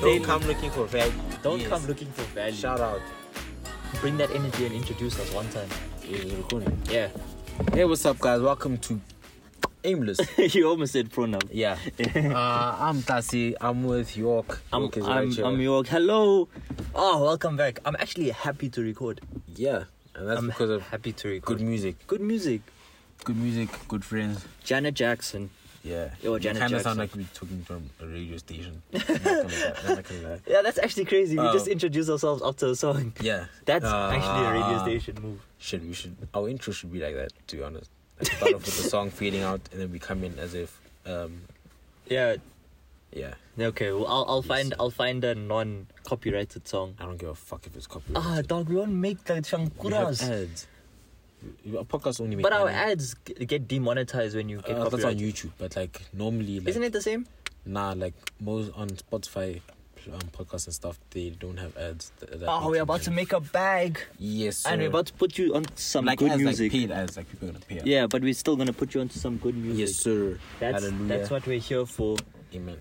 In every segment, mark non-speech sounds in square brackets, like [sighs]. Don't daily. come looking for value. Don't Yes. come looking for value. Shout out. Bring that energy and introduce us one time. Is recording. Yeah. Hey, what's up, guys? Welcome to Aimless. [laughs] you almost said pronoun. [laughs] Yeah. [laughs] uh, I'm Tasi. I'm with York. I'm, York is right I'm, here. I'm York. Hello. Oh, welcome back. I'm actually happy to record. Yeah, and that's I'm because of happy to record. good music. Good music. Good music, good friends. Janet Jackson. Yeah. Yo, kind Janet of Jackson. sound like we're talking from a radio [laughs] station. I'm not gonna lie, I'm not gonna lie. Yeah, that's actually crazy. We Oh. just introduced ourselves after a song. [laughs] Yeah. That's Uh, actually a radio station move. Shit, we should. Our intro should be like that. To be honest, like start off with the [laughs] song fading out, and then we come in as if, um, Yeah. yeah. Okay. Well, I'll, I'll find I'll find a non-copyrighted song. I don't give a fuck if it's Ah, copyrighted. dog, we won't make the we have chankuras. ads. Our podcast only. make Ah, But our money. ads g- get demonetized when you get Uh, that's on copyrighted. YouTube, but like normally, like, Isn't it the same? Nah, like most on Spotify, um, podcasts and stuff, they don't have ads. Th- that Oh, much we're in about them. to make a bag, Yes, sir. and we're about to put you on some like good ads, music. like paid ads, like people are gonna pay. us. yeah, but we're still gonna put you onto some good music. Yes, sir. [laughs] That's Hallelujah. that's what we're here for. Amen.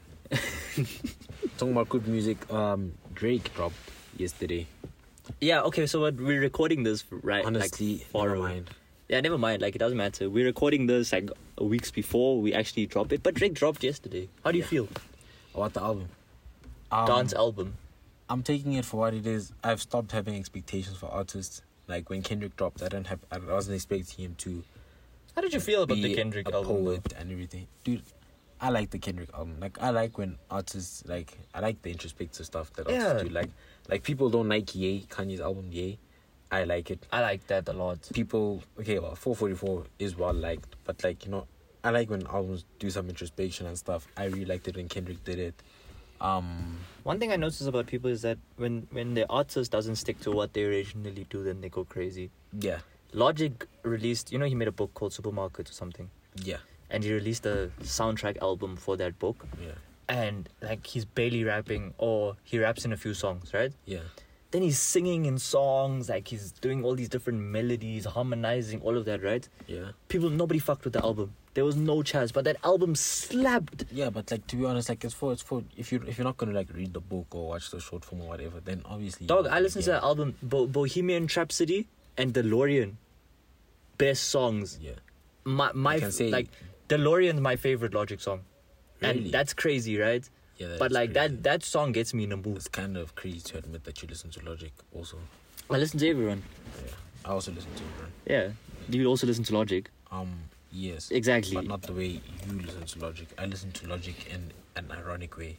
Talking about good music, um, Drake dropped yesterday. Yeah. Okay. So what we're recording this right? Honestly, like, never far away. mind. Yeah, never mind. Like it doesn't matter. We're recording this like weeks before we actually drop it. But Drake dropped yesterday. How do you Yeah. feel? About the album. Um, Dance album. I'm taking it for what it is. I've stopped having expectations for artists. Like when Kendrick dropped, I don't have. I wasn't expecting him to How did you feel about be the Kendrick a album? though? poet and everything. Dude, I like the Kendrick album. Like I like when artists like I like the introspective stuff that Yeah. artists do. Like like people don't like Ye, Kanye's album Ye. I like it. I like that a lot. People okay, well four forty four is well liked, but like, you know, I like when albums do some introspection and stuff. I really liked it when Kendrick did it. Um One thing I notice about people is that when when the artist doesn't stick to what they originally do, then they go crazy. yeah. Logic released, you know, he made a book called Supermarket or something, Yeah. and he released a soundtrack album for that book, Yeah. and like he's barely rapping, or he raps in a few songs, right? Yeah. Then he's singing in songs, like he's doing all these different melodies, harmonizing, all of that, right? Yeah. People, nobody fucked with the album. There was no chance, but that album slapped. Yeah, but like to be honest, like it's for it's for if you if you're not gonna like read the book or watch the short film or whatever, then obviously Dog, you're I not listened to gonna that album Bo- Bohemian Rhapsody and DeLorean. Best songs. get it. Yeah. My my can f- say- like DeLorean's my favorite Logic song. Really? And that's crazy, right? Yeah, that but is like crazy. that that song gets me in a mood. It's kind of crazy to admit that you listen to Logic also. I listen to everyone. Yeah. I also listen to it, bro. Yeah. You also listen to Logic. Um, yes. Exactly. But not the way you listen to Logic. I listen to Logic in an ironic way.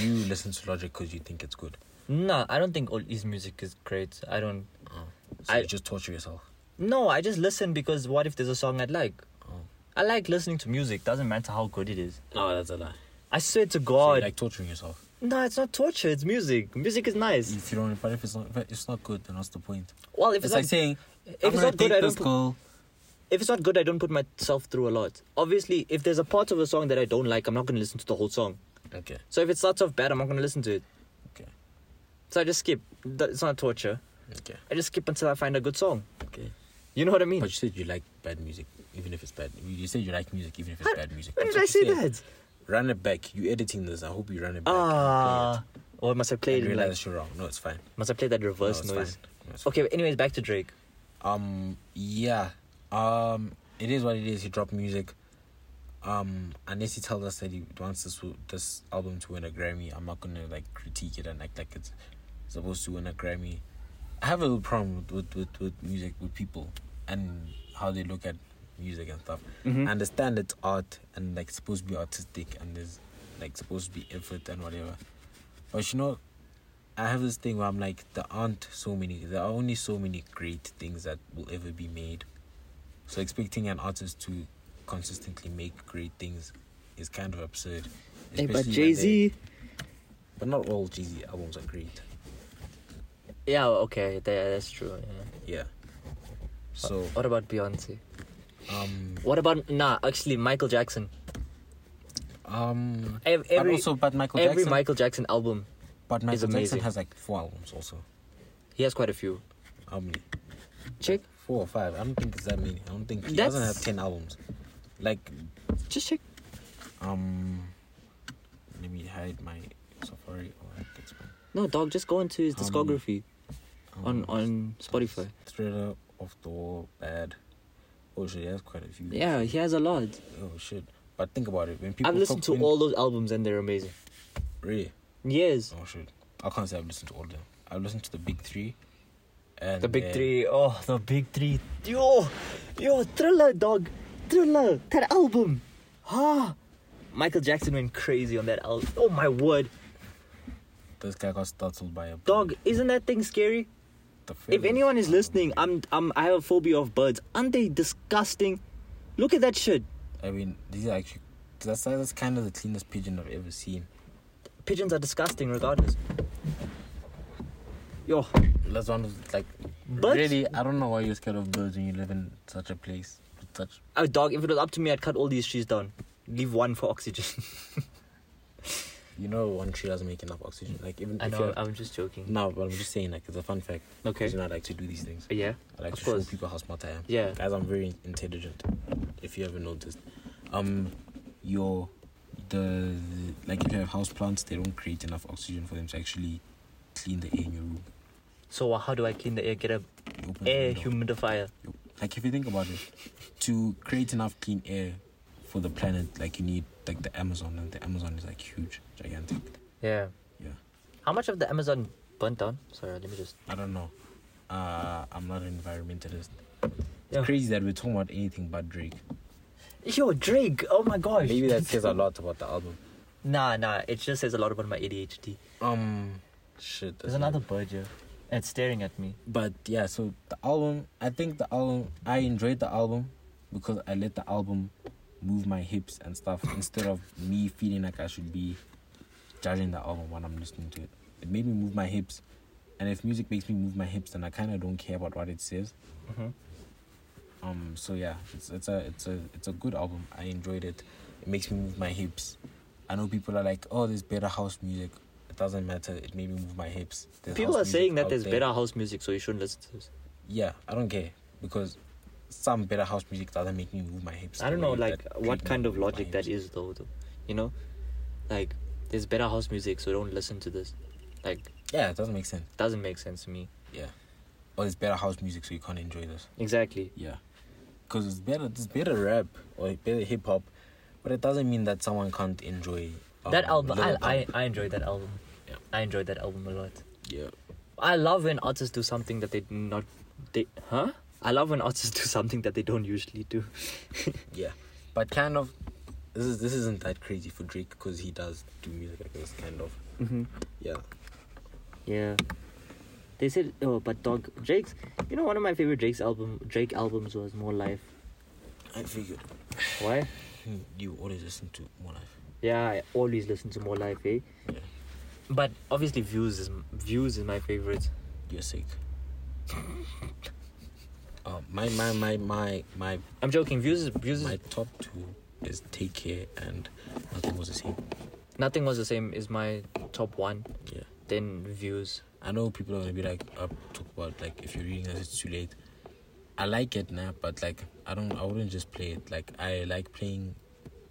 You listen to Logic because you think it's good. Nah, I don't think all his music is great. I don't Oh. So I- you just torture yourself. No, I just listen because what if there's a song I'd like? Oh. I like listening to music, doesn't matter how good it is. No, that's a lie. I swear to So God. you like torturing yourself. no, it's not torture, it's music. Music is nice. If you don't, but if it's not, if it's not good, then what's the point? Well, if It's, it's, like not- saying, if I'm it's gonna not good, date I don't this put- girl. if it's not good, I don't put myself through a lot. Obviously, if there's a part of a song that I don't like, I'm not going to listen to the whole song. Okay, So if it starts off bad, I'm not going to listen to it. okay, So I just skip. Th- It's not torture. okay, I just skip until I find a good song. okay. You know what I But mean? you said you like bad music, even if it's bad. You said you like music, even if it's How- bad music. When That's did I what say you said. that? Run it back. You editing this. I hope you run it back. Ah. Or must I play and play it. I it in realize like, you're wrong. No, it's fine. must I play that No, reverse it's noise? fine. No, it's Okay, but anyways, back to Drake. fine. Um. Yeah. Um. It is what it is. He dropped music. Um. Unless he tells us that he wants this w- this album to win a Grammy, I'm not gonna like critique it and act like it's supposed to win a Grammy. I have a little problem with with with, with music with people and how they look at music and stuff. I understand it's art and like supposed to be artistic and there's like supposed to be effort and whatever. But you know, I have this thing where I'm like, there aren't so many, there are only so many great things that will ever be made. So expecting an artist to consistently make great things is kind of absurd. Hey, Eh, but especially when Jay Z. they- But not all Jay Z albums are great. Yeah, okay, tha- that's true. Yeah. Yeah. So, What about Beyonce? um, What about nah? Actually, Michael Jackson. um, Ev- but Every also, but Michael every Jackson, Michael Jackson album, but Michael Jackson amazing. has like four albums also. he has quite a few. How many? Check, Four or five. I don't think it's that many. I don't think he That's- doesn't have ten albums. Like just check. um let me hide my safari or No, dog, just go into his Um, discography on Um, on Spotify. Thriller, Off the Wall, Bad. Oh shit, he has quite a few. Yeah, he has a lot. Oh shit. But think about it. When people I've listened talk- to when- all those albums and they're amazing. Really? Yes. Oh shit. I can't say I've listened to all of them. I've listened to the big three. And The big then- three. Oh, the big three. Yo, yo, Thriller, dog. Thriller, that album. Ah. Michael Jackson went crazy on that album. Oh my word, This guy got startled by a dog! bird. Isn't that thing scary? The If feathers anyone is are listening, amazing. I'm, I'm, I have a phobia of birds. Aren't they disgusting? Look at that shit. I mean, these are actually. That's that's kind of the cleanest pigeon I've ever seen. Pigeons are disgusting, regardless. Yo, That's one of like. But- really, I don't know why you're scared of birds when you live in such a place with such. Oh, dog, if it was up to me, I'd cut all these trees down. Leave one for oxygen. [laughs] You know, one tree doesn't make enough oxygen. Like even I if know, you're, I'm just joking. no, but I'm just saying like it's a fun fact. Okay. You know, I like to do these things. Yeah. I like Of to course. show people how smart I am. Yeah. Guys, I'm very intelligent. If you haven't noticed, um, your the, the like if you have house plants, they don't create enough oxygen for them to actually clean the air in your room. So uh, how do I clean the air? Get a You open the air window. humidifier. like if you think about it, to create enough clean air for the planet, like you need like the Amazon, and the Amazon is like huge, gigantic. Yeah. Yeah. How much of the Amazon burnt down? Sorry, let me just. I don't know. Uh, I'm not an environmentalist. It's Yeah. crazy that we're talking about anything but Drake. Yo, Drake. Oh my gosh. Maybe that says a lot about the album. Nah, nah. It just says a lot about my ADHD. Um, shit. There's that's another bird here, and it's staring at me. but yeah so the album i think the album i enjoyed the album because i let the album move my hips and stuff instead of me feeling like i should be judging the album when i'm listening to it it made me move my hips and if music makes me move my hips then i kind of don't care about what it says Mhm. um so yeah it's, it's a it's a it's a good album i enjoyed it it makes me move my hips i know people are like oh there's better house music it doesn't matter it made me move my hips There's People are house music saying that out there's there. better house music, so you shouldn't listen to this. Yeah, I don't care because some better house music doesn't make me move my hips. I don't the know, way like, that what Drake kind of moves my logic that hips. is, though, though. You know, like, there's better house music, so don't listen to this. Like, Yeah, it doesn't make sense. doesn't make sense to me. Yeah, or there's better house music, so you can't enjoy this. Exactly. Yeah, because it's better. There's better rap or better hip hop, but it doesn't mean that someone can't enjoy um, that album, I, Lil I Pump. I enjoyed that album. Yeah. I enjoyed that album a lot. yeah. I love when artists do something that they do not they huh? I love when artists do something that they don't usually do. Yeah, but kind of this is this isn't that crazy for Drake because he does do music like this kind of. Mm-hmm. Yeah, Yeah. They said oh, but dog Drake's. You know, one of my favorite Drake's album Drake albums was More Life. I figured Why? hmm, you always listen to More Life. Yeah, I always listen to More Life, eh? Yeah, But obviously, Views is Views is my favorite. You're sick. [laughs] Uh, my my my my my I'm joking. Views is Views my is top two is Take Care and Nothing Was the Same. nothing was the same is my top one. Yeah, Then Views. I know people are gonna be like, uh, talk about like if you're reading this, it's too late. I like it now, but like I don't, I wouldn't just play it. Like I like playing,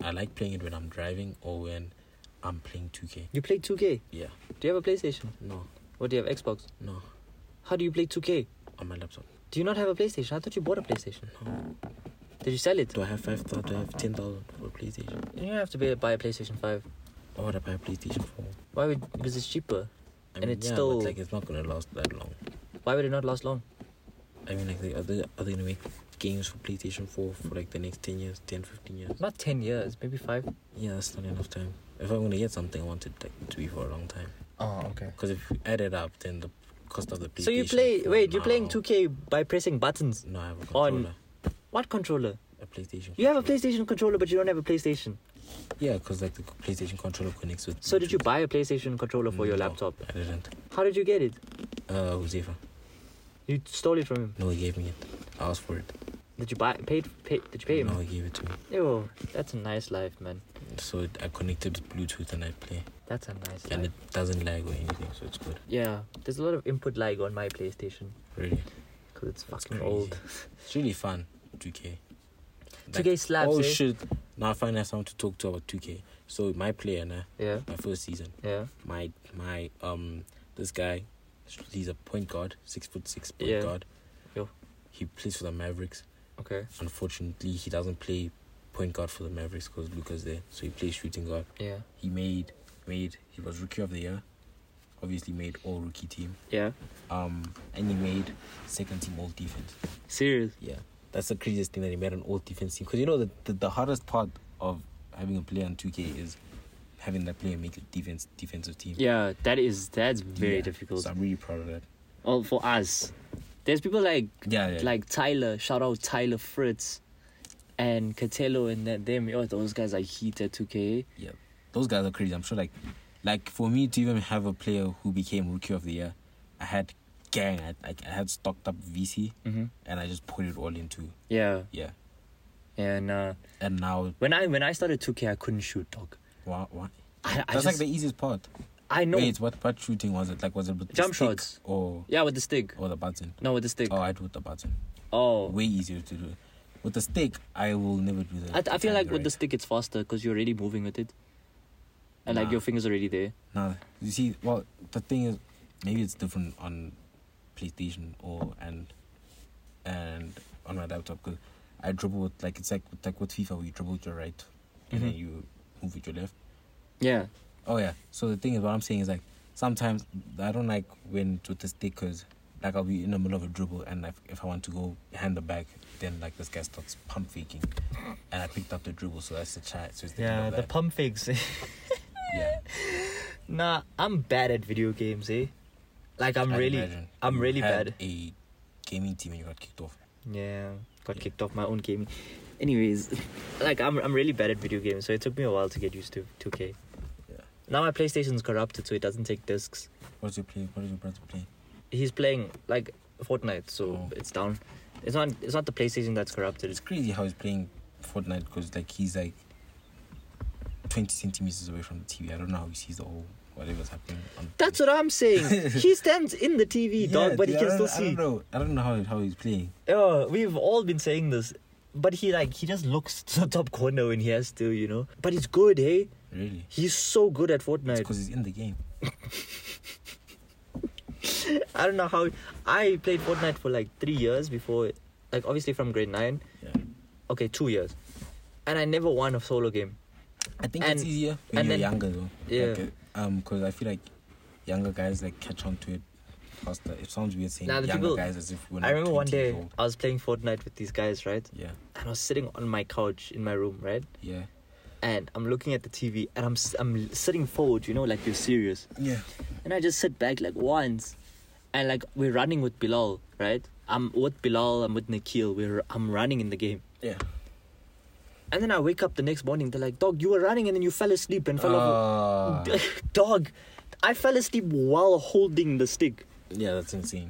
I like playing it when I'm driving or when I'm playing 2K. You play 2K. Yeah, Do you have a PlayStation? no, Or do you have Xbox? no, How do you play 2K? on my laptop. Do you not have a PlayStation? I thought you bought a PlayStation. Did you sell it? Do I have five thousand? Do I have ten thousand for a PlayStation? You don't have to be, buy a PlayStation 5. Or would I buy a PlayStation Four? Why would. Because it's cheaper. I And mean, it's yeah, still- but, like it's not gonna last that long. Why would it not last long? I mean, like, they- are they, are they gonna make games for PlayStation 4 for like the next 10 years, 10, 15 years? Not 10 years, maybe 5. Yeah, that's not enough time. If I'm gonna get something, I want it like, to be for a long time. Oh, okay. Because if you add it up, then the cost of the PlayStation. So you play. 4 Wait, you're playing now- 2K by pressing buttons. No, I have a on- controller. What controller? A PlayStation. You have a controller. PlayStation controller, but you don't have a PlayStation. Yeah, because like the PlayStation controller connects with. So did you Bluetooth. buy a PlayStation controller for your No, laptop? I didn't. How did you get it? Uh, Josefa. You stole it from him. No, he gave me it. I asked for it. Did you buy paid paid did you pay No, him? he gave it to me. Yo, that's a nice life, man. So it, I connected with Bluetooth and I play. That's a nice And life. it doesn't lag or anything, so it's good. Yeah, there's a lot of input lag on my PlayStation Really. because it's That's fucking crazy. old. It's really fun, 2K. 2K slaps, Oh eh? shit! Now I finally have someone to talk to about 2K. So my player, nah, Yeah, my first season, yeah. my my um This guy, he's a point guard, six foot six point Yeah. guard. Yo. He plays for the Mavericks. Okay. Unfortunately, he doesn't play point guard for the Mavericks because Luca's there, so he plays shooting guard. Yeah. He made made he was rookie of the year. Obviously made all rookie team. Yeah. Um, and he made second team all defense. Serious. Yeah, that's the craziest thing that he made an all defense team. Because you know the, the the hardest part of having a player on two K is having that player make a defense defensive team. Yeah, that is that's very Yeah. difficult. So I'm really proud of that. Well, for us, there's people like Yeah, yeah. like Tyler. Shout out Tyler Fritz, and Catello and that them. Yo, those guys are heat at 2K. yeah, those guys are crazy. I'm sure like like for me to even have a player who became rookie of the year, I had gang. I I, I had stocked up VC Mm-hmm. and I just put it all into Yeah, yeah. and uh, And now when I when I started 2K, I couldn't shoot, dog. why why? I, That's I just, like the easiest part. I know. Wait, what what shooting was it? Like was it with the Jump stick shots. or Yeah, with the stick. or the button? No, with the stick. Oh, I do with the button. Oh, way easier to do. With the stick, I will never do I, that. I feel like with the Right. stick it's faster because you're already moving with it, and like Nah. your fingers already there. No, you see, well, the thing is, maybe it's different on PlayStation or and and on my laptop because I dribble with like it's like like with FIFA where you dribble with your right and then Mhm. you move with your left. Yeah, Oh yeah. So the thing is, what I'm saying is like sometimes I don't like when it's with the stick because like I'll be in the middle of a dribble and like if I want to go hand the back, then like this guy starts pump faking, and I picked up the dribble, so that's the chance. So it's the end of that. pump fakes. yeah. nah, I'm bad at video games, eh? Like I'm I'd really, imagine I'm you really had bad. A gaming team and you got kicked off. Yeah, got Yeah. kicked off my own game. Anyways, [laughs] like I'm I'm really bad at video games, so it took me a while to get used to 2K. Yeah. Now my PlayStation's corrupted, so it doesn't take discs. What's your play? What is your brother playing? He's playing like Fortnite, so Oh. it's down. It's not it's not the PlayStation that's [laughs] corrupted. It's It's crazy how he's playing Fortnite because like he's like twenty centimeters away from the TV. I don't know how he sees the whole whatever's happening. On that's what I'm saying. he stands in [laughs] the TV, dog, but he dude, can I still don't- I see. don't know. I don't know how how he's playing. Yeah, we've all been saying this, but he like he just looks [laughs] to the top corner when he has to, you know. But he's good, hey. Really, He's so good at it's Fortnite. because he's in the game. I don't know how I played Fortnite for like three years before, like obviously from grade nine. Yeah. Okay, two years, and I never won a solo game. I think it's And- easier when and you're then- younger though. Yeah. Like, uh, um, because I feel like younger guys like catch on to it faster. It sounds weird saying Nah, the younger people- guys as if we're not I remember one 20 years day old. I was playing Fortnite with these guys, right? Yeah, And I was sitting on my couch in my room, right? yeah, And I'm looking at the TV, and I'm s- I'm sitting forward, you know, like you're serious. yeah. And I just sit back like once, and like we're running with Bilal, right? I'm with Bilal, I'm with Nikhil. We're I'm running in the game. Yeah. And then I wake up the next morning. They're like, "Dog, you were running, and then you fell asleep and fell off." Ah. [laughs] D- [sighs] Dog, I fell asleep while holding the stick. yeah, that's insane.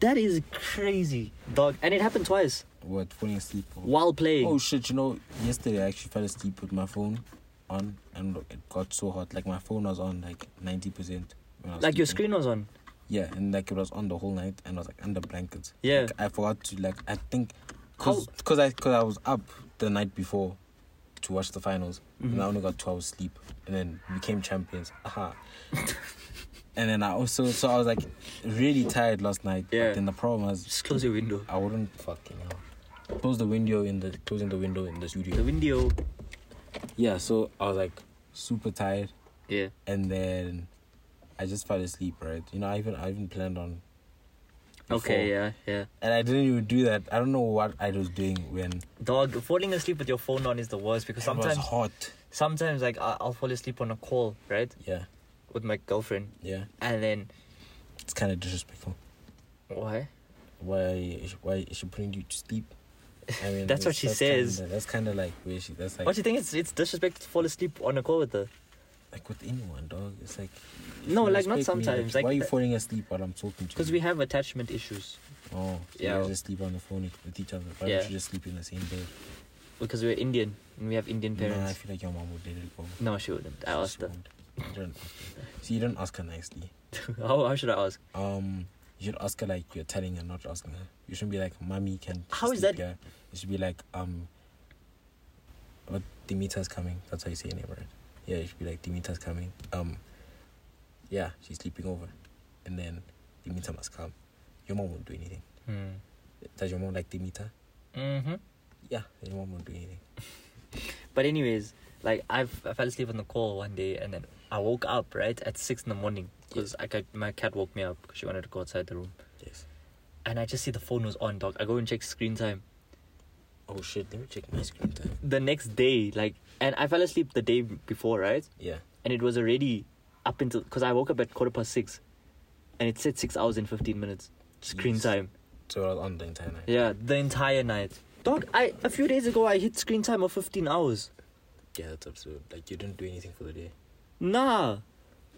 That is crazy, dog. And it happened twice What falling asleep? Or... while playing. Oh shit! You know, yesterday I actually fell asleep with my phone on, and look, it got so hot. Like my phone was on like ninety percent. like your screen was on. Yeah, and like it was on the whole night, and I was like under blankets. Yeah. Like, I forgot to like I think, cause, cause I cause I was up the night before, to watch the finals, Mm-hmm. and I only got two hours sleep, and then became champions. Aha. [laughs] and then I also so I was like really tired last night. Yeah. But then the problem was Just close your window. I wouldn't fucking hell. Close the window in the closing the window in the The studio. window. Yeah, so I was like super tired Yeah. and then I just fell asleep, right? You know, I even I even planned on before, Okay. Yeah. Yeah. And I didn't even do that. I don't know what I was doing when Dog, falling asleep with your phone on is the worst because it sometimes, was hot. sometimes like I- I'll fall asleep on a call, right, Yeah. with my girlfriend, Yeah. and then It's kinda disrespectful. why? Why is she- why is she putting you to sleep? I mean [laughs] That's what she says. kinda- that's kinda like where she that's like What do you think? It's it's disrespectful to fall asleep on a call with her. like with anyone, dog. It's like if No, you like, respect not me, sometimes, like why are you that- falling asleep while I'm talking to you? Because we have attachment issues Oh, so Yeah. yeah. You guys just sleep on the phone with each other. Why Yeah. don't you just sleep in the same bed? because we're Indian and we have Indian Nah, I parents. feel like your mom would let it go. No, she wouldn't. I asked her. You don't ask her. See, you don't ask her nicely. [laughs] how, how should I ask? Um, you should ask her like you're telling her, not asking her. You shouldn't be like, "Mommy, can she How is sleep that- here?" You should be like, um, what Demeter's coming. That's how you say your name, right? Yeah, you should be like, Demeter's coming. Um, yeah, she's sleeping over. and then the meter must come. Your mom won't do anything. Mm. Does your mom like the meter? Mm-hmm. Yeah, your mom won't do anything. But anyways, like I've I fell asleep on the call one day, and then I woke up right at six in the morning because I got, my cat woke me up because she wanted to go outside the room, Yes. and I just see the phone was on, dog. I go and check screen time. Oh shit, let me check my screen time. The next day, like, and I fell asleep the day before, right? Yeah. And it was already up until because I woke up at quarter past six, and it said six hours and fifteen minutes screen Jeez. time. So I was on the entire night. Yeah, the entire night. Dog, I a few days ago I hit screen time of fifteen hours. Yeah, that's absurd. Like you didn't do anything for the day. Nah,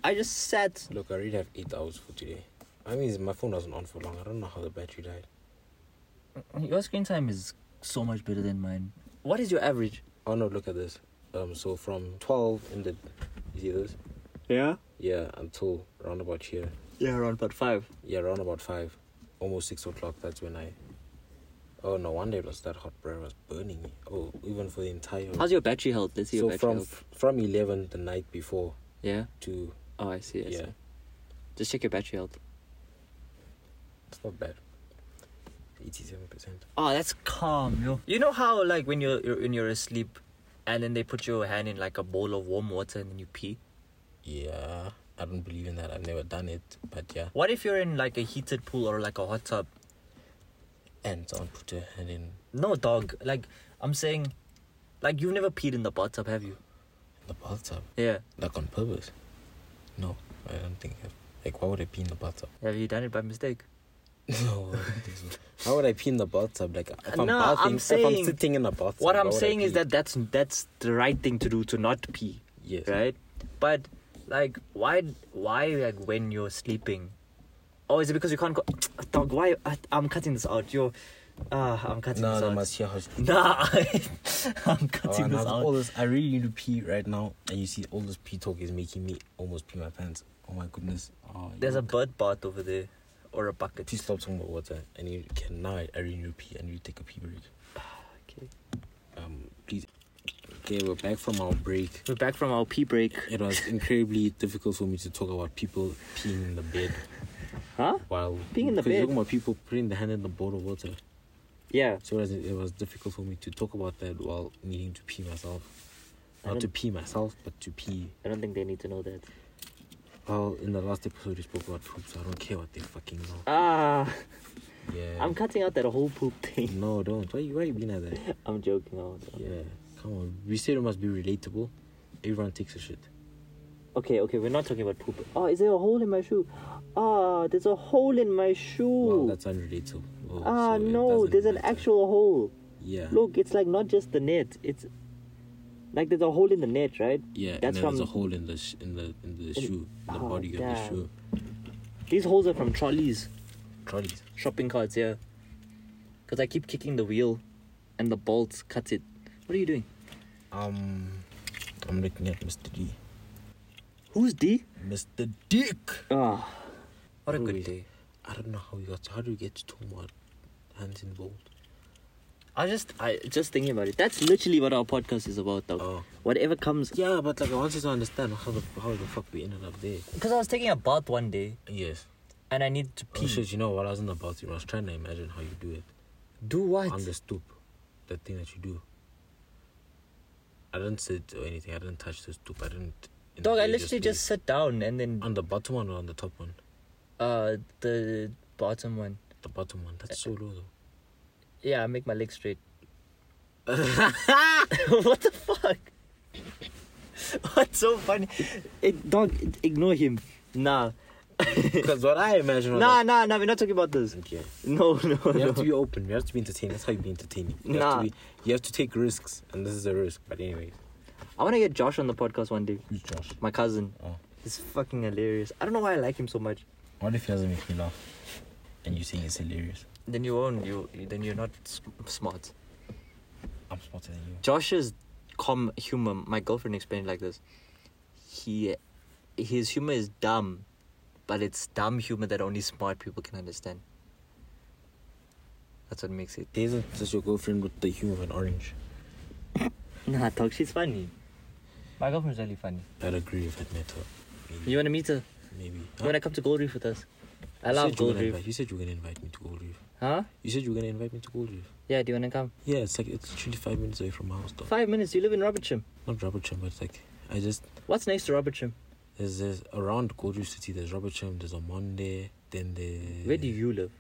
I just sat. Look, I already have eight hours for today. I mean, my phone wasn't on for long. I don't know how the battery died. Your screen time is so much better than mine. What is your average? Oh no, look at this. Um, so from twelve in the, you see this? Yeah. Yeah, until round about here. Yeah, around about five. Yeah, round about five, almost six o'clock. That's when I. Oh no, one day it was that hot, bro. It was burning. Oh, even for the entire. How's your battery health? Let's see so your battery from health. from eleven the night before Yeah. to Oh, I see. I yeah, see. Just check your battery health. it's not bad. Eighty-seven percent. Oh, that's calm, yo. You know how like when you're, you're when you're asleep, and then they put your hand in like a bowl of warm water and then you pee. Yeah, I don't believe in that. I've never done it, but yeah. What if you're in like a heated pool or like a hot tub? And someone put their hand in No, dog. Like I'm saying, like you've never peed in the bathtub, have you? the bathtub. Yeah. Like on purpose? No, I don't think. I've, like, why would I pee in the bathtub? Have you done it by mistake? [laughs] No, I don't think so. Why would I pee in the bathtub? Like, if I'm No, bathing, I'm if I'm saying- sitting in the bathtub. What I'm why would I saying is pee? that that's that's the right thing to do to not pee, yes, right? But like, why why like when you're sleeping? Oh, is it because you can't? Go- Dog, why? I, I'm cutting this out. You're, ah, I'm cutting No, this no, [laughs] out. must hear how. Nah, [laughs] I'm Oh, cutting and this I've- out. all this, I really need to pee right now, and you see all this pee talk is making me almost pee my pants. Oh my goodness! Oh, There's you a bird bath over there, or a bucket. Please stop talking about water. I need can now. I, I really need to pee. I need to take a pee break. Okay. Um, please. Okay, we're back from our break. We're back from our pee break. It was incredibly difficult for me to talk about people peeing in the bed. Huh? While Being in the because bed. you're talking about people putting the hand in the bowl of water, Yeah. so it was, it was difficult for me to talk about that while needing to pee myself. I Not to don't- pee myself, but to pee. I don't think they need to know that. Well, in the last episode, we spoke about poop, so I don't care what they fucking know. Ah, Yeah. I'm cutting out that whole poop thing. [laughs] No, don't. Why you, why you being like that? I'm joking. I won't. Yeah. Come on. We said it must be relatable. Everyone takes a shit. Okay, okay, we're not talking about poop. Oh, is there a hole in my shoe? Ah, there's a hole in my Well, shoe. that's unrelatable. Oh, ah, so it no, doesn't there's an matter. actual hole. Yeah. Look, it's like not just the net. It's like there's a hole in the net, right? Yeah, and that's then from there's a hole in the sh- in the in the shoe, the oh, body of the damn. shoe. these holes are from trolleys, Trolleys. shopping carts. Yeah, because I keep kicking the wheel, and the bolt cuts it. What are you doing? Um, I'm looking at Mr. D. Who's D? Mr. Dick. Ah, what a Who good is- day. I don't know how we got. How do we get to talk about hands involved? I just, I just thinking about it. That's literally what our podcast is about, though. Oh. Whatever comes. Yeah, but like I wanted to understand how the how the fuck we ended up there. Because I was taking a bath one day, Yes. and I needed to pee. Oh shit! You know what? I wasn't about to. I was trying to imagine how you do it Do what? on the stoop, the thing that you do. I didn't sit or anything. I didn't touch the stoop. I didn't. Dog, I engage the literally just space. sit down and then on the bottom one or on the top one. uh the bottom one. The bottom one. That's so low though. [laughs] Yeah, I make my legs [laughs] straight. what the fuck? [laughs] What's so funny? It, dog, it- ignore him. Nah, Because what I imagine. was nah, like- nah, nah. We're not talking about this. [laughs] [laughs] Okay. No, no, You have to no. be open. You have to be entertaining. That's how you be entertaining. You Nah. Have to be, you have to take risks, and this is a risk. But anyway, I want to get Josh on the podcast one day. who's Josh? My cousin. Oh. He's fucking hilarious. I don't know why I like him so much. What if he doesn't make me laugh? And you saying it's hilarious? Then you own you. Then you're not s- smart. I'm smarter than you. Josh's com humor, my girlfriend explained it like this. He his humor is dumb, but it's dumb humor that only smart people can understand. That's what makes it. Isn't this your girlfriend with the humor of an orange? Nah, dog, she's funny. My girlfriend's really funny. I'd agree if I'd met her. Maybe. You wanna meet her? maybe. You wanna come to Gold Reef with us? I You love said you were Gold gonna Reef. invite- You said you were gonna invite me to Gold Reef. Huh? You said you were gonna invite me to Gold Reef. Yeah, do you wanna come? Yeah, it's like it's twenty five minutes away from my house, though. Five minutes. You live in Robertsham. Not Robertsham, but it's like I just What's next to Robertsham? there's there's around Gold Reef City. There's Robertsham. There's Omonde. Then there's Where do you live?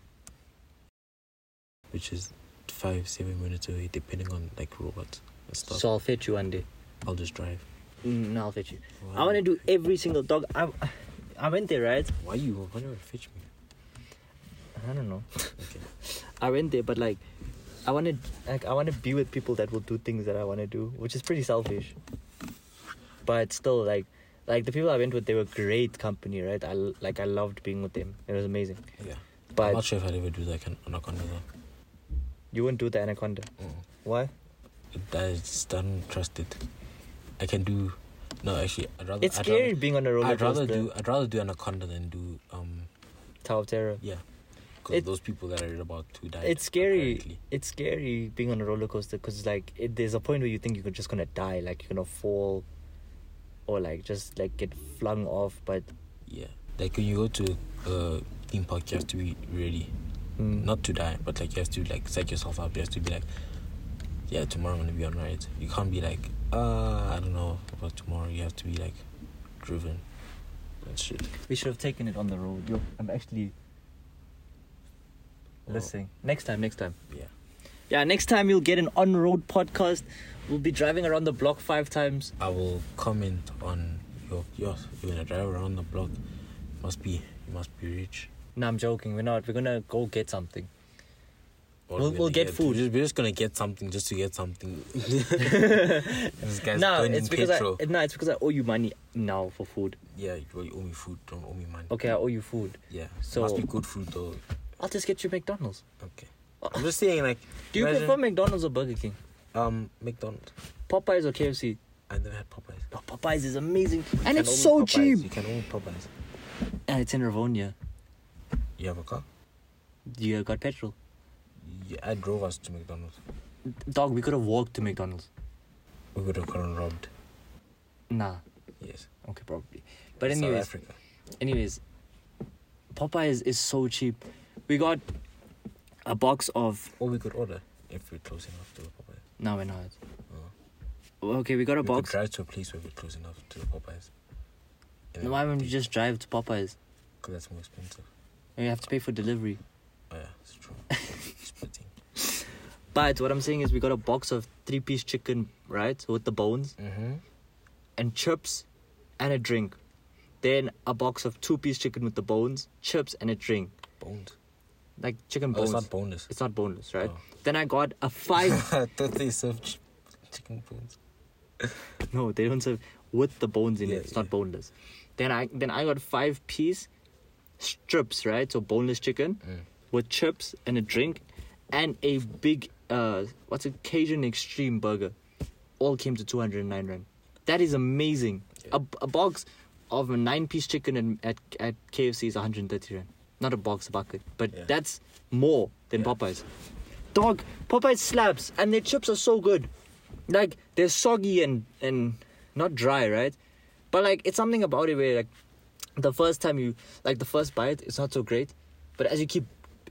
Which is five seven minutes away, depending on like robots and stuff. So I'll fetch you one day. I'll just drive. Mm, no, I'll fetch you. I Why- wanna do every single dog. I, I went there, right? Why you? Why you wanna fetch me? I don't know. Okay. I went there, but like, I wanna like I wanna be with people that will do things that I wanna do, which is pretty selfish. But still, like, like the people I went with, they were great company, right? I l- like I loved being with them. It was amazing. Yeah. I'm But not sure if I'd ever do that kind of anaconda though. you wouldn't do the anaconda. Mm. Why? I just don't trust it. I can do. No, actually, I'd rather. It's I'd scary Rather, being on a roller I'd rather coaster. do. I'd rather do anaconda than do um Tower of Terror. Yeah, because It- those people that I read about who died. It's scary. apparently. It's scary being on a roller coaster because like it, there's a point where you think you're just gonna die, like you're gonna fall, or like just like get flung off. But Yeah, like when you go to a theme park, you have to be ready, mm, not to die, but like you have to like psych yourself up. You have to be like, yeah, tomorrow I'm gonna be on ride. You can't be like, uh, I don't know about tomorrow. You have to be like, driven, and shit. we should have taken it on the road. Yo, I'm actually Well, listening. Next time, next time. Yeah. Oh. Yeah, next time you'll get an on-road podcast. We'll be driving around the block five times. I will comment on your yours. You're gonna drive around the block. Must be you must be rich. No, I'm joking. We're not. We're gonna go get something. What We'll- we're we'll gonna get food. We're just, we're just gonna get something just to get something. [laughs] [laughs] this guy's no, burning it's because I, petrol. no, it's because I owe you money now for food. Yeah, you you owe me food. Don't owe me money. Okay, I owe you food. Yeah. So- must be good food though. I'll just get you McDonald's. Okay. I'm just saying like. Do you imagine- prefer McDonald's or Burger King? um McDonald's? Popeyes or KFC? I never had Popeyes. Oh, Popeyes is amazing, and You it's can so own Popeyes. You cheap. can own Popeyes. And it's in Ravonia. You have a car? You got petrol, Yeah, I drove us to McDonald's. dog. We could have walked to McDonald's. We would have gotten robbed. Nah, Yes. okay, probably. But South anyways, Africa. anyways, Popeyes is so cheap. We got a box of. Or we could order if we're close enough to the Popeyes. No, we're not. Oh. Okay, we got a we could box. drive to a place where we're close enough to the Popeyes. No, why don't you just drive to Popeyes? Because that's more expensive. And you have to pay for delivery. Oh yeah, it's [laughs] true. Splitting. But what I'm saying is, we got a box of three-piece chicken, right, with the bones. Mm-hmm. and chips and a drink. Then a box of two piece chicken with the bones, chips and a drink. Bones. Like chicken Oh, bones. it's not boneless. [laughs] boneless, right? Oh. Then I got a five I thought they served ch- chicken bones. [laughs] no, they don't serve with the bones in Yeah, it. It's yeah. not boneless. Then I then I got five piece strips, right? So boneless chicken Mm. with chips and a drink and a big uh what's a Cajun extreme burger. All came to 209 rand. That is amazing. Yeah. A, a box of a nine piece chicken in, at at KFC is 130 rand. Not a box, a bucket, but Yeah. that's more than Yeah. Popeyes. Dog, Popeyes slaps, and their chips are so good. Like they're soggy and and not dry, right? But like it's something about it where like the first time you like the first bite, it's not so great, but as you keep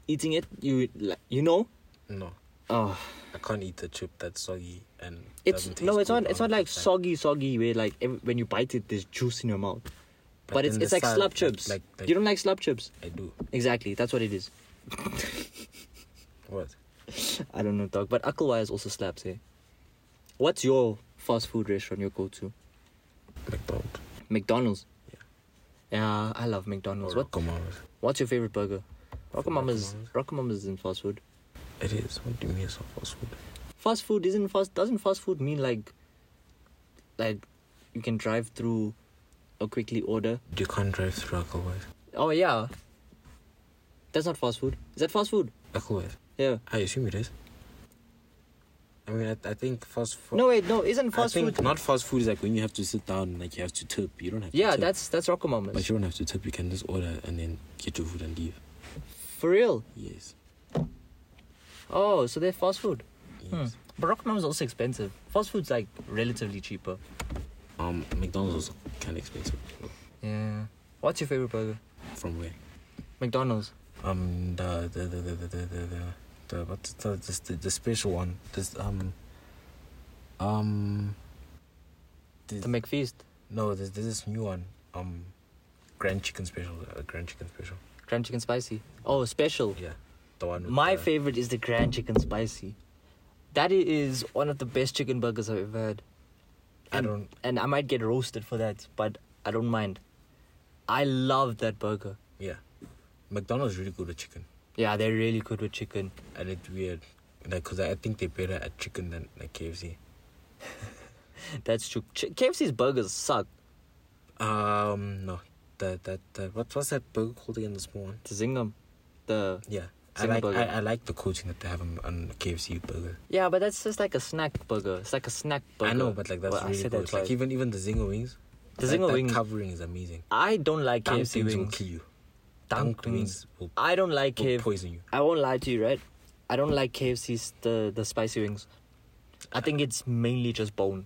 eating it, you like you know. No, Oh, I can't eat a chip that's soggy and it's Ah, doesn't no, taste it's good not. It's on not like the inside. soggy, soggy. Where like every, when you bite it, there's juice in your mouth. But, it's then the it's like side, slab chips. Like, like you don't like slab chips. I do. Exactly, that's what it is. What? I don't know, dog. But Akalwa is also slaps, eh? What's your fast food restaurant you go to? McDonald's. McDonald's. Yeah. Yeah, I love McDonald's. Or What? Rockamama's. What's your favorite burger? Rockamama's. Rockamama's. Rockamama's isn't fast food. It is. What do you mean it's not fast food? Fast food isn't fast. Doesn't fast food mean like, like, you can drive through, or quickly order? You can't drive through Aquawise. Oh yeah. That's not fast food. Is that fast food? Aquawise. Yeah. I assume it is. I mean, I, I think fast food. No wait, no. Isn't fast I think food? not fast food is like when you have to sit down and like you have to tip. You don't have to Yeah, tip. that's that's Rockamama's. But you don't have to tip, you can just order and then get your food and leave. For real. Yes. Oh, so they're fast food. Hmm. yes. But Rockmum is also expensive. Fast food's like relatively cheaper. Um, McDonald's also kind of expensive. Yeah. What's your favorite burger? From where? McDonald's. Um, the the the the the the the, the, the what's the, the the the special one? This um. Um. The McFeast. No, there's, there's this new one. Um, grand chicken special. Uh, grand chicken special. Grand chicken spicy. Oh, special. Yeah, the one. With My the, favorite is the grand chicken spicy. That i- is one of the best chicken burgers I've ever had. I don't. And I might get roasted for that, but I don't mind. I love that burger. Yeah, McDonald's really good at chicken, Yeah, they're really good with chicken. and it's weird, like, cause I I think they're better at chicken than like KFC. That's true. Ch- KFC's burgers suck. Um, no, that that that what was that burger called again? The small one. The Zingham. The Yeah, I Zinger like burger. I, I like the coating that they have on, on KFC burger. Yeah, but that's just like a snack burger. It's like a snack burger. I know, but like that's Well, I really said good. that like twice. even even the zinger wings. The that- Zinger that wings. covering is amazing. I don't like Dunk KFC wings will wings. kill you. Dunk Dunk wings. wings will, I don't like will KFC. poison you. I won't lie to you, right? I don't like KFC's the the spicy wings. I think it's mainly just bone.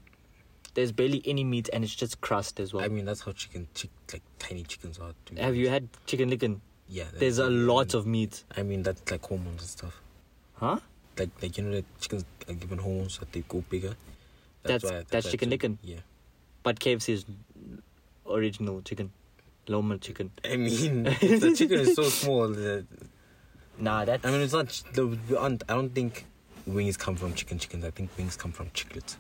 There's barely any meat, and it's just crust as well. I mean, that's how chicken, chick, like tiny chickens are. to be Have you honest. had chicken licken? Yeah. There's a lot of meat, I mean, that's like hormones and stuff. huh? Like, like you know, that chickens are given hormones that they go bigger. That's- that's why chicken too- licken. Yeah. But KFC is original chicken, Loma chicken. I mean, [laughs] the chicken is so small. That, Nah, that's I mean, it's not. ch- The, we aren't- I don't think wings come from chicken chickens. I think wings come from chicklets.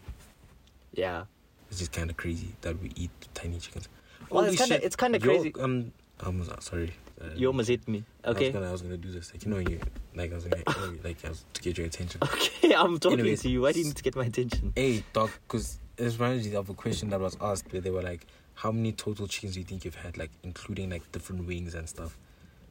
yeah. It's just kind of crazy that we eat tiny chickens. Well, Holy it's kinda- shit, it's kinda yo- crazy. Um, I'm sorry. Uh, You almost hit me. I was Okay, gonna, I was gonna do this, like you know, you like I was gonna, you know, like I was to get your attention. [laughs] okay. I'm talking Anyways. to you. Why do you need to get my attention? hey, doc, because this reminds me of a question that was asked where they were like, "How many total chickens do you think you've had, like including like different wings and stuff,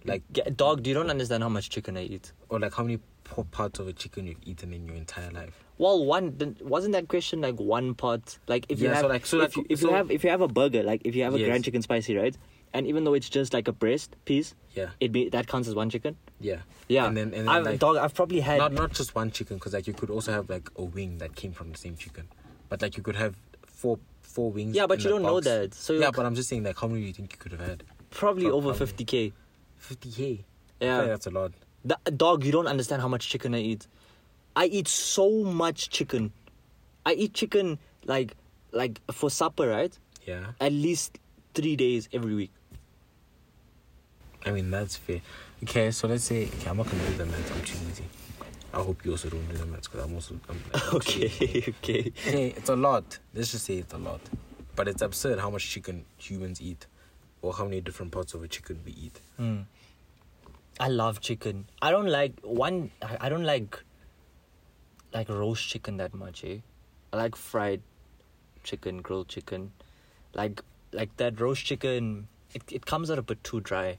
like Yeah, dog, do you don't understand how much chicken I eat? or like how many po- parts of a chicken you've eaten in your entire life?" Well, one then- wasn't that question like one part? Like if you Yeah, have so like- so if, like- you, if so- you have if you have a burger, like if you have a Yes. grand chicken spicy, right? And even though it's just like a breast piece, Yeah, it be that counts as one chicken. yeah, Yeah, And then, and then I've, like, dog, I've probably had not not just one chicken, because like you could also have like a wing that came from the same chicken, but like you could have four four wings. Yeah, but in you a don't know box. that, so yeah, like- but I'm just saying, like, how many do you think you could have had? probably Dog, over how many? fifty k. Fifty k. Yeah. that's a lot. Dog, you don't understand how much chicken I eat. I eat so much chicken. I eat chicken like like for supper, right? Yeah. At least three days every week. [laughs] I mean, that's fair. Okay, so let's say okay, I'm not gonna do the maths. I'm too easy. I hope you also don't do the maths because I'm also. I'm, [laughs] like, I'm too lazy. Okay, okay. Okay, it's a lot. Let's just say it's a lot, but it's absurd how much chicken humans eat, or how many different parts of a chicken we eat. I love chicken. I don't like one. I I don't like like roast chicken that much. Eh, I like fried chicken, grilled chicken, like like that roast chicken. It it comes out a bit too dry,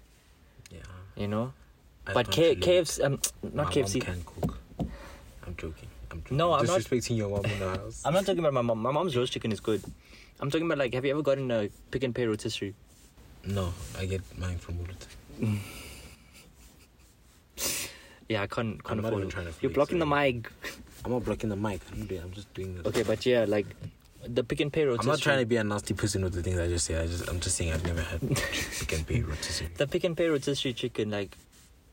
Yeah. you know. I but can't K- relate. KFC, um, My not mom KFC. can cook. I'm joking. I'm joking. No, I'm not- disrespecting your mom in the house. I'm not talking about my mom. My mom's roast chicken is good. I'm talking about like, have you ever gotten a pick and pay rotisserie? no, I get mine from Ulut. Yeah, I can't I'm can't not afford even it. trying to You're flex, blocking the sorry. mic. I'm not blocking the mic. I'm, doing- I'm just doing this. Okay, but yeah, like the pick and pay rotisserie. I'm not trying to be a nasty person with the things I just say. I just, I'm just saying I've never [laughs] had chicken pay rotisserie. the pick and pay rotisserie chicken like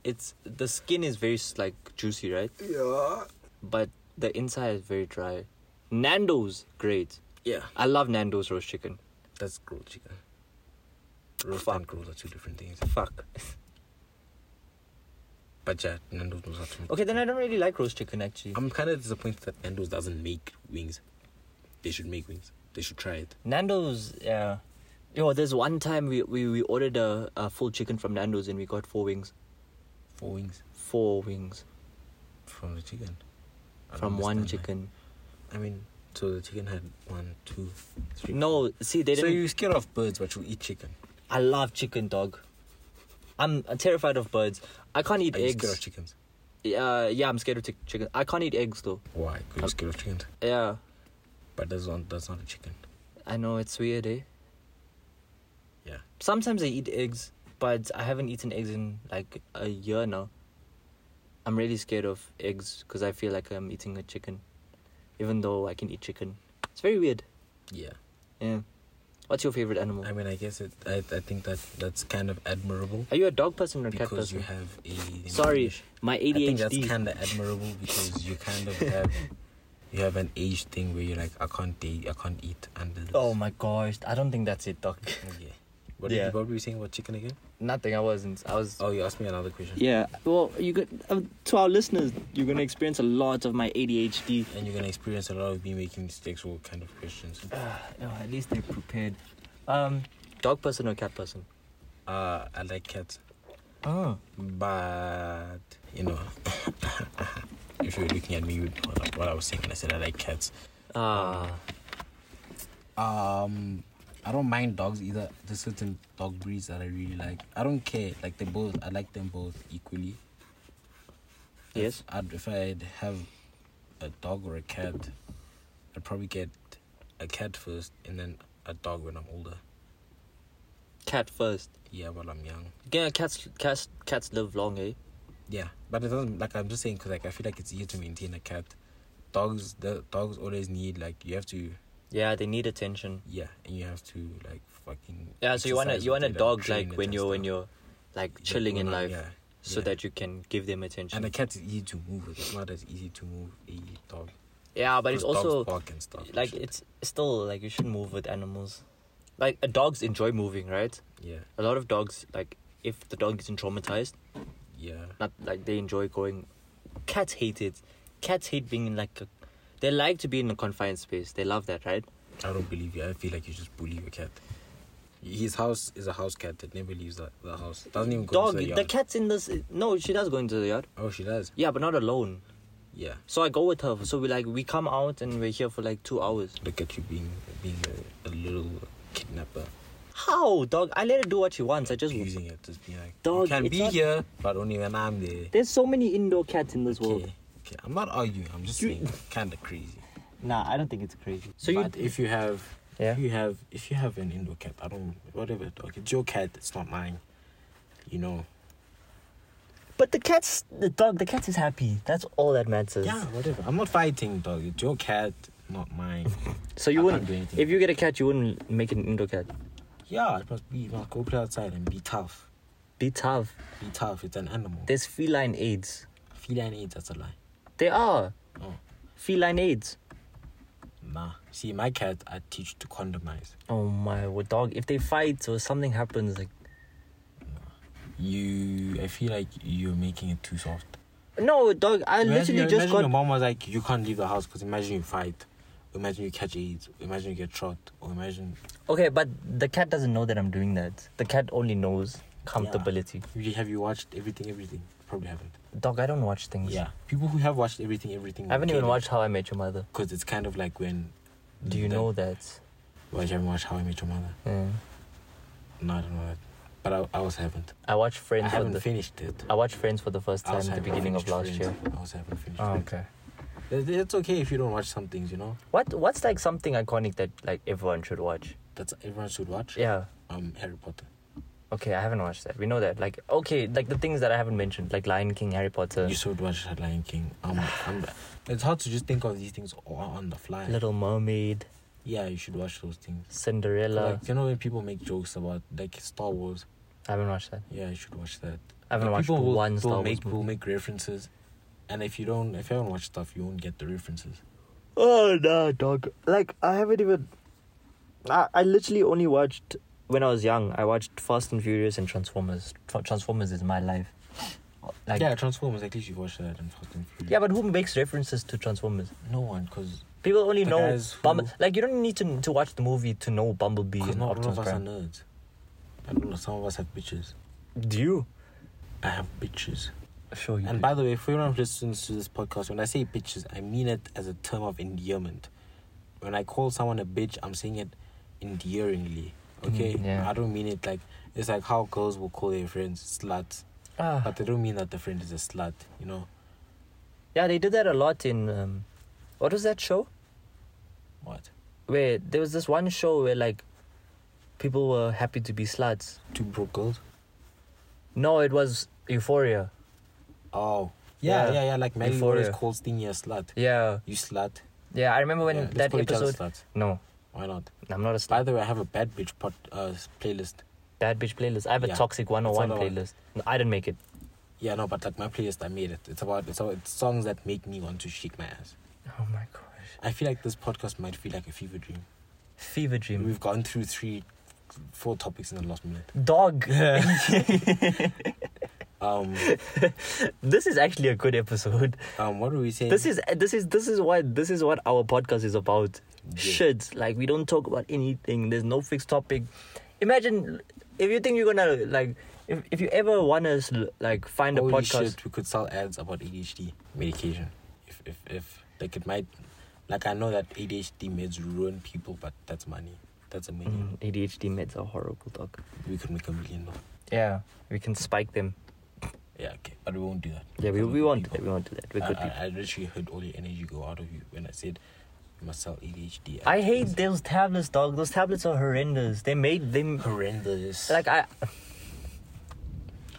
it's the skin is very s- like juicy right Yeah. but the inside is very dry nando's great Yeah. i love nando's roast chicken That's grilled chicken. Roast Fuck. and grilled are two different things. fuck But yeah, Nando's knows how to make okay then i don't really like roast chicken actually I'm kind of disappointed that Nando's doesn't make wings. They should make wings. They should try it. nando's yeah yo there's one time we we, we ordered a, a full chicken from nando's and we got four wings Four wings four wings from the chicken. I don't from one understand, chicken like- I mean, so the chicken had one, two, three. no see they so didn't you're scared of birds, but you eat chicken. i love chicken dog i'm terrified of birds i can't eat Are you scared of eggs chickens? uh, yeah i'm scared of chick chicken i can't eat eggs though Why? Because you're I'm- scared of chickens. Yeah, But that's not, that's not a chicken. I know it's weird, eh? Yeah. Sometimes I eat eggs, but I haven't eaten eggs in like a year now. I'm really scared of eggs because I feel like I'm eating a chicken, even though I can eat chicken. It's very weird. Yeah. Yeah. What's your favorite animal? I mean, I guess it. I, I think that that's kind of admirable Are you a dog person or a cat because you person? have a. Sorry, my ADHD. I think that's kind of admirable because you kind of have you have an age thing where you're like, I can't date, I can't eat under. This. oh my gosh, I don't think that's it, dog. [laughs] Yeah. What, Yeah. Did, what were you saying about chicken again? Nothing. I wasn't. I was. Oh, you asked me another question. Yeah. Well, you could um, to our listeners, you're gonna experience a lot of my ADHD. And you're gonna experience a lot of me making mistakes or kind of questions. No, Ah, oh, at least they're prepared. Um, dog person or cat person? Uh, I like cats, Oh. but you know, [coughs] if you were looking at me, you would know like, what I was saying when I said I like cats. Ah. Um, I don't mind dogs either. There's certain dog breeds that I really like. I don't care. Like they both, I like them both equally. Yes. I'd, if I'd have a dog or a cat, I'd probably get a cat first and then a dog when I'm older. Cat first. Yeah, while I'm young. Yeah, cats. Cats. Cats live long, eh? Yeah, but it doesn't. Like I'm just saying, cause like I feel like it's easier to maintain a cat. Dogs, the dogs always need like you have to. Yeah, they need attention. Yeah, and you have to like fucking. Yeah, so you wanna exercise you with wanna it and dog train like it when and you're when stuff. you're like Yeah, chilling in when I- life, yeah, so yeah. that you can give them attention. And a cat is easy to move. It's not as easy to move a dog. yeah, but it's 'Cause dogs also bark and stuff and like shit. it's still like you should move with animals. Like uh, dogs enjoy moving, right? yeah, A lot of dogs like if the dog isn't traumatized, yeah. not like they enjoy going. Cats hate it. Cats hate being in like a. They like to be in a confined space. They love that, right? I don't believe you. I feel like you just bully your cat. His house is a house cat that never leaves the, the house. Doesn't even go Dog, into the the, yard. cat's in this. No, she does go into the yard. oh, she does. Yeah, but not alone. Yeah. So I go with her. So we like we come out and we're here for like two hours. Look at you being being a, a little kidnapper. How, dog? I let her do what she wants. I just using it, just being like, you Dog, can it's be not- here, but only when I'm there. There's so many indoor cats in this world. Okay. okay. I'm not arguing. I'm just You- saying, kind of crazy. Nah, I don't think it's crazy. So But you, if you have, Yeah. if you have, if you have an indoor cat, I don't, whatever dog. It's your cat. It's not mine. You know. but the cat's the dog. The cat is happy. That's all that matters. Yeah, whatever. I'm not fighting, dog. It's your cat, not mine. So you I can't wouldn't. do anything. If you get a cat, you wouldn't make it an indoor cat. Yeah, it must be. You must go play outside and be tough. Be tough. Be tough. It's an animal. There's feline aids. Feline AIDS. That's a lie. They are Oh, feline aids. nah. See, my cat, I teach to condomize. Oh my word, dog! If they fight or something happens, like You, I feel like you're making it too soft. no, dog. I Imagine, literally imagine just your got. mom was like, you can't leave the house because imagine you fight, imagine you catch AIDS, imagine you get shot, or imagine Okay, but the cat doesn't know that I'm doing that. The cat only knows comfortability. you have you watched everything, everything. Probably haven't. Dog, I don't watch things. Yeah, people who have watched everything, everything. I haven't even watched How I Met Your Mother. because it's kind of like when. Do you the- know that? Well, you haven't watched How I Met Your Mother. Yeah. No, I don't know that, but I, I also haven't. I watched I Friends for haven't the finished it. I watched Friends for the first I time also at the haven't beginning of finished last Friends. year. I also haven't finished. Oh, Friends. okay. Um, It- It's okay if you don't watch some things, you know. What what's like something iconic that like everyone should watch? That's everyone should watch. Yeah. Um, Harry Potter. Okay, I haven't watched that. We know that. Like okay, like the things that I haven't mentioned, like Lion King, Harry Potter, You should watch Lion King. Um, I'm, it's hard to just think of these things all on the fly. Little Mermaid, Yeah, you should watch those things. Cinderella. Like you know when people make jokes about like Star Wars. I haven't watched that. Yeah, you should watch that. I haven't Like, watched people will, one will Star Wars make, Will movie. make references, and if you don't, if you haven't watched stuff, you won't get the references. Oh no, dog! Like I haven't even. I I literally only watched when I was young. I watched Fast and Furious and Transformers. Tra- Transformers is my life. Like yeah, Transformers. At least you watched that in Fast and Furious. yeah, but who makes references to Transformers? no one, cause People only The know guys who- Bumble. Like you don't need to to watch the movie to know Bumblebee cause and not all of Optimus us are Prime. nerds. I don't know. Some of us have bitches. Do you? I have bitches. Mm-hmm. Sure you. And do. by the way, if anyone listens to this podcast, when I say bitches, I mean it as a term of endearment. When I call someone a bitch, I'm saying it endearingly. Okay? Mm, yeah. I don't mean it like it's like how girls will call their friends sluts, ah. but they don't mean that the friend is a slut. You know yeah, they did that a lot in um, what was that show? what? Where there was this one show where like people were happy to be sluts. Two broke girls. No, it was Euphoria. Oh, yeah, Yeah. yeah, yeah. like Mary always Euphoria. calls Thingy a slut. Yeah, You slut. yeah. I remember when Yeah, let's that call each other episode. sluts. No, Why not? I'm not a slap. By the way, I have a bad bitch pot uh, playlist. Bad bitch playlist. I have a Yeah, toxic 101 another one. playlist. No, I didn't make it. Yeah, no, but like my playlist, I made it. It's about it's, about, it's songs that make me want to shake my ass. Oh my gosh. I feel like this podcast might feel like a fever dream. Fever dream. We've gone through three, four topics in the last minute. [laughs] Dog. Um, [laughs] this is actually a good episode. um, what were we saying? This is this is this is what this is what our podcast is about. Yeah. Shit. Like we don't talk about anything. There's no fixed topic. Imagine if you think you're gonna like if, if you ever wanna s- like find Holy a podcast. shit, we could sell ads about ADHD medication. If if if like it might, like I know that ADHD meds ruin people, but that's money. That's a million. Mm, ADHD meds are horrible, dog. We could make a million though. Yeah. We can spike them. Yeah, okay, but we won't do that. Yeah, we, Because we we're good won't do people. that. We won't do that. We could I, be. I, I literally heard all your energy go out of you when I said you must sell ADHD. uh, I ads. hate those tablets, dog. Those tablets are horrendous. They made them horrendous. like I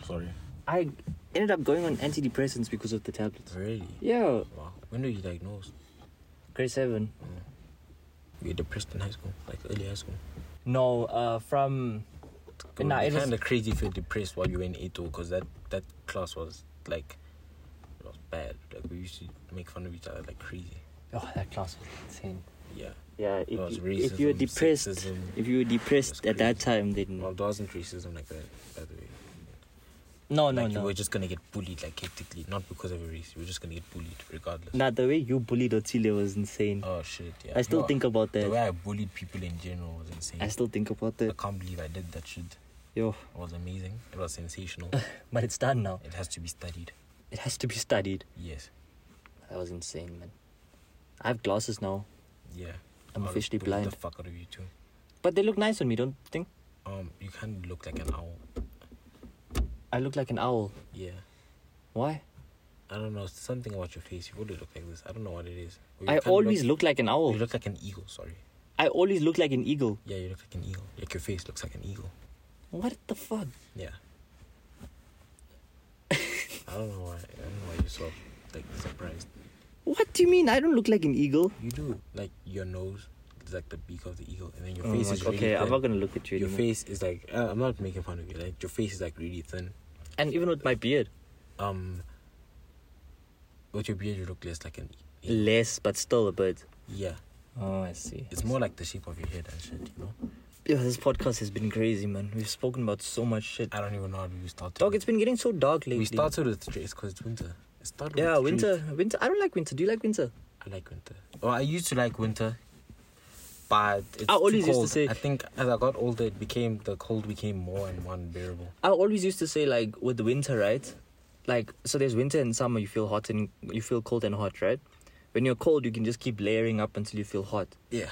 sorry, I ended up going on antidepressants because of the tablets. really. Yeah, Wow. When were you diagnosed? Mm. grade seven. You were depressed in high school, like early high school. No, uh, from Nah, it was- kind of crazy if you're depressed while you were in eight because that that class was like it was bad. Like we used to make fun of each other like crazy. oh that class was insane. Yeah, Yeah, if, it was you- racism. if you were depressed, sexism. if you were It depressed was at that crazy. time, then well, there wasn't racism like that. By the way, no, like Oh, no, you no. were just gonna get bullied like hectically, not because of your race. You were just gonna get bullied regardless. Nah, the way you bullied Otile was insane. Oh shit! Yeah, I still No, think about the way that. I bullied people in general was insane. I still think about I that. can't believe I did that shit. Yo, It was amazing. It was [laughs] sensational. but it's done now. it has to be studied. It has to be studied. Yes. That was insane, man. I have glasses now, Yeah. I'm I'll officially bully blind. The fuck out of you too. but they look nice on me, don't you think? Um, you kind of look like an owl. I look like an owl. Yeah. Why? I don't know. Something about your face. You always look like this. I don't know what it is. But you I kinda always look, like an owl. You look like an eagle. Sorry. I always look like an eagle. Yeah, you look like an eagle. Like your face looks like an eagle. What the fuck? Yeah. I don't know why. I don't know why you're so like surprised. What do you mean? I don't look like an eagle. You do like your nose is like the beak of the eagle, and then your Oh face my is God. really okay, thin. I'm not gonna look at you. your anymore. face is like uh, I'm not making fun of you. Like your face is like really thin. and even with my beard, Um. With your beard, you look less like an eagle. less, but still a bit. Yeah. Oh, I see. It's more like the shape of your head and shit, you know? Yo, this podcast has been crazy, man. We've spoken about so much shit. I don't even know how we started. Dog, with- it's been getting so dark lately. we started with straight because it's winter. It started Yeah, with winter, straight. winter. I don't like winter. Do you like winter? I like winter. Well, I used to like winter, but it's I always too used to cold. say- I think as I got older, it became the cold became more and more unbearable. I always used to say like with winter, right? Like so, there's winter and summer. You feel hot and you feel cold and hot, right? When you're cold, you can just keep layering up until you feel hot. Yeah,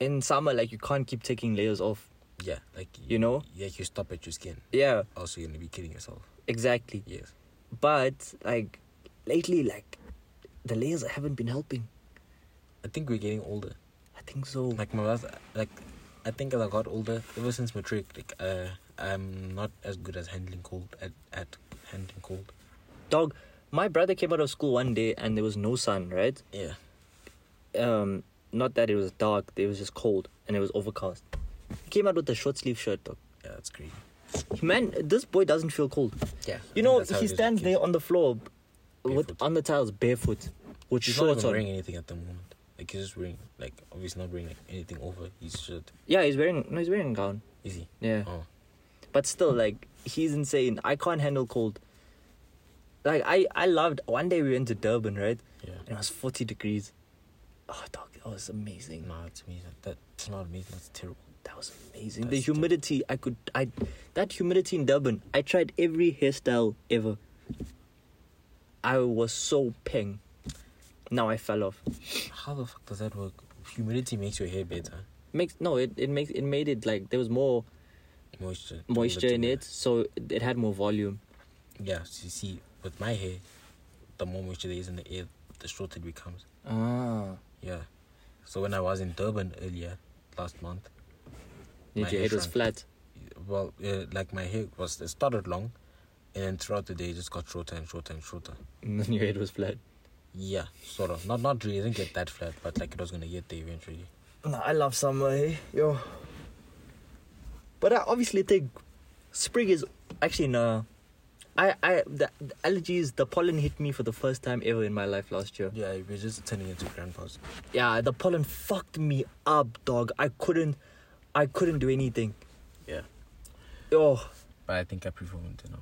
In summer, like you can't keep taking layers off. yeah, like You know? like you stop at your skin. Yeah, Also, you're gonna be kidding yourself. exactly. Yes, But like lately, like the layers haven't been helping. I think we're getting older. I think so. Like my last, like I think as I got older, ever since matric, like uh, I'm not as good as handling cold at at handling cold. Dog, my brother came out of school one day and there was no sun, right? Yeah. Um, not that it was dark, it was just cold and it was overcast. He came out with a short sleeve shirt, dog. Yeah, that's crazy. Man, this boy doesn't feel cold. Yeah. You know, he stands there on the floor with Barefoot. on the tiles barefoot with He's not shorts even on. wearing anything at the moment. Like he's just wearing, like obviously not wearing like, anything over his shirt. Yeah, he's wearing no, he's wearing a gown. Is he? Yeah. Oh. But still, like he's insane. I can't handle cold. Like I, I loved. One day we went to Durban, right? And Yeah. it was forty degrees. Oh, dog, that was amazing. Nah, it's me. That, that's not amazing. That's terrible. That was amazing. the That's dope. humidity, I could, I, that humidity in Durban. I tried every hairstyle ever. I was so peng. Now I fell off. How the fuck does that work? Humidity makes your hair better. Makes no, it it makes it made it like there was more Moisture. moisture in it, so it, it had more volume. Yeah. So you see, with my hair, the more moisture there is in the air, the shorter it becomes. Ah, Yeah. So when I was in Durban earlier last month, your My hair head was shrunk. flat. [laughs] well, uh, like my hair was it started long, and then throughout the day it just got shorter and shorter and shorter. And then your head was flat. Yeah, sort of. Not not really. It didn't get that flat, but like it was gonna get there eventually. Nah, I love summer, hey? Yo. But I obviously think spring is actually no. I I the, the allergies the pollen hit me for the first time ever in my life last year. Yeah, we're just turning into grandpas. Yeah, the pollen fucked me up, dog. I couldn't I couldn't do anything. Yeah. Yo, But I think I prefer winter now.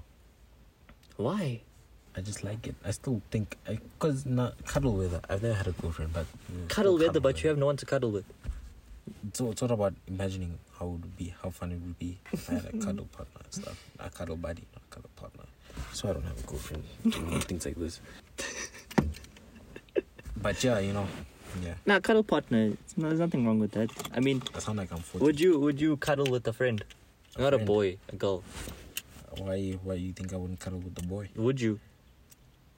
why? I just like it. I still think because not cuddle weather. I've never had a girlfriend, but mm, Cuddle still weather, but you have no one to cuddle with. So it's all about imagining how it would be, how fun it would be if I had [laughs] a cuddle partner and stuff. A cuddle buddy, not a cuddle partner. So I don't have a girlfriend. [laughs] things like this. but yeah, you know, yeah. Nah, cuddle partner. No, there's nothing wrong with that. I mean, I sound like I'm 40. would you would you cuddle with a friend? Not a friend. boy, a girl. Why? Why you think I wouldn't cuddle with the boy? Would you?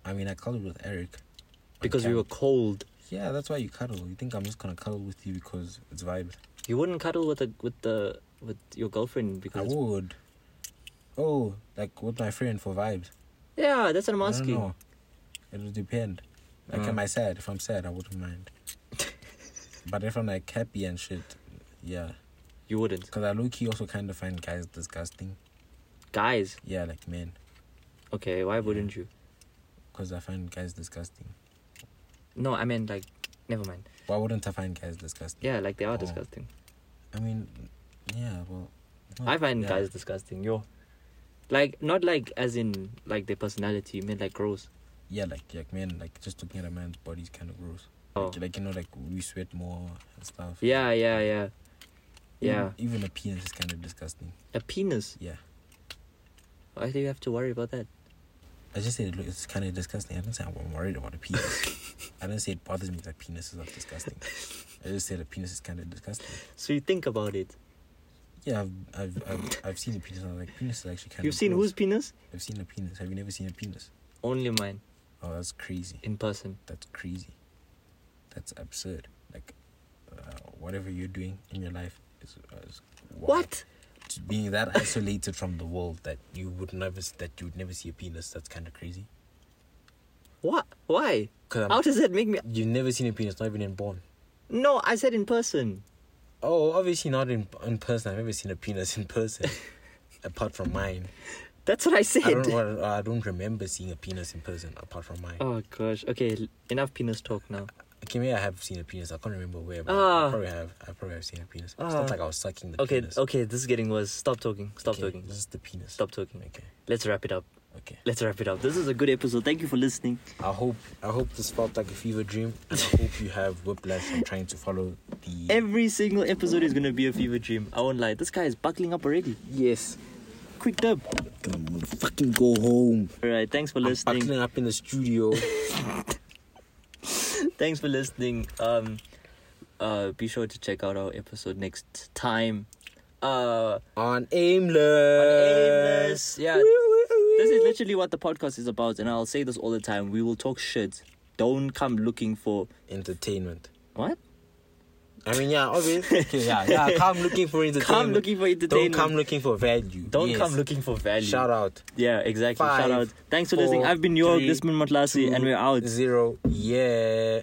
I mean, I cuddled with Eric. on Because we camera. were cold. Yeah, that's why you cuddle. You think I'm just gonna cuddle with you because it's vibe? You wouldn't cuddle with a with the with your girlfriend because I it's- would. Oh, like with my friend for vibes. yeah, that's what I'm I don't asking. know. It would depend. Like, Mm. am I sad? If I'm sad, I wouldn't [laughs] mind. but if I'm like happy and shit, yeah. You wouldn't, Because I low key also kind of find guys disgusting. guys. Yeah, like men. Okay, why wouldn't you? Because I find guys disgusting. No, I mean like, never mind. Why wouldn't I find guys disgusting? Yeah, like they are Oh. disgusting. I mean, yeah, well. no, I find Oh, yeah. guys disgusting. Yo, like not like as in like their personality. You mean like gross? Yeah, like, like men, like just looking at a man's body is kind of gross. Oh, Like, like, you know, like we sweat more and stuff. yeah, yeah, yeah, yeah. Even, even a penis is kind of disgusting. A penis. Yeah. Why do you have to worry about that? I just said it look- it's kind of disgusting. I didn't say I'm worried about a penis. [laughs] I didn't say it bothers me that penises are disgusting. I just said a penis is kind of disgusting. So you think about it. Yeah, I've I've I've, I've seen a penis. and I'm like, penis is actually kind of. You've seen whose penis? I've seen a penis. Have you never seen a penis? Only mine Oh, that's crazy. in person. That's crazy. That's absurd. Like, uh, whatever you're doing in your life is. uh, is wow. What? To Being that isolated from the world that you would never s- that you would never see a penis. That's kind of crazy. What? Why? Cause How I'm- does that make me? you've never seen a penis, not even in born. No, I said in person. Oh, obviously not in in person. I've never seen a penis in [laughs] person, apart from mine. That's what I said. I don't know, I don't remember seeing a penis in person apart from mine. Oh gosh. Okay, l- enough penis talk [laughs] now. Okay, maybe I have seen a penis. I can't remember where, but Ah. I probably have. I probably have seen a penis. It's Ah. not like I was sucking the Okay, penis. okay, this is getting worse. Stop talking. Stop Okay, talking. This is the penis. Stop talking. Okay, Let's wrap it up. okay. Let's wrap it up. This is a good episode. Thank you for listening. I hope I hope this felt like a fever dream, and I hope you have whiplash from trying to follow the. Every single episode is gonna be a fever dream. I won't lie. This guy is buckling up already. yes, Quick dub. I'm gonna fucking go home. All right. Thanks for I'm listening. buckling up in the studio. Thanks for listening. Um, uh, be sure to check out our episode next time. Uh, on aimless. Aimless, yeah. this is literally what the podcast is about, and I'll say this all the time. We will talk shit. Don't come looking for entertainment. what. I mean, yeah, obviously, [laughs] okay, yeah, [laughs] yeah. Come looking for entertainment. Come looking for Don't entertainment. come looking for value. Don't Yes. come looking for value. Shout out. Yeah, exactly. Five, Shout out. Thanks for four, listening. I've been your three, Desmond Matlasi, and Two, we're out. Zero. Yeah.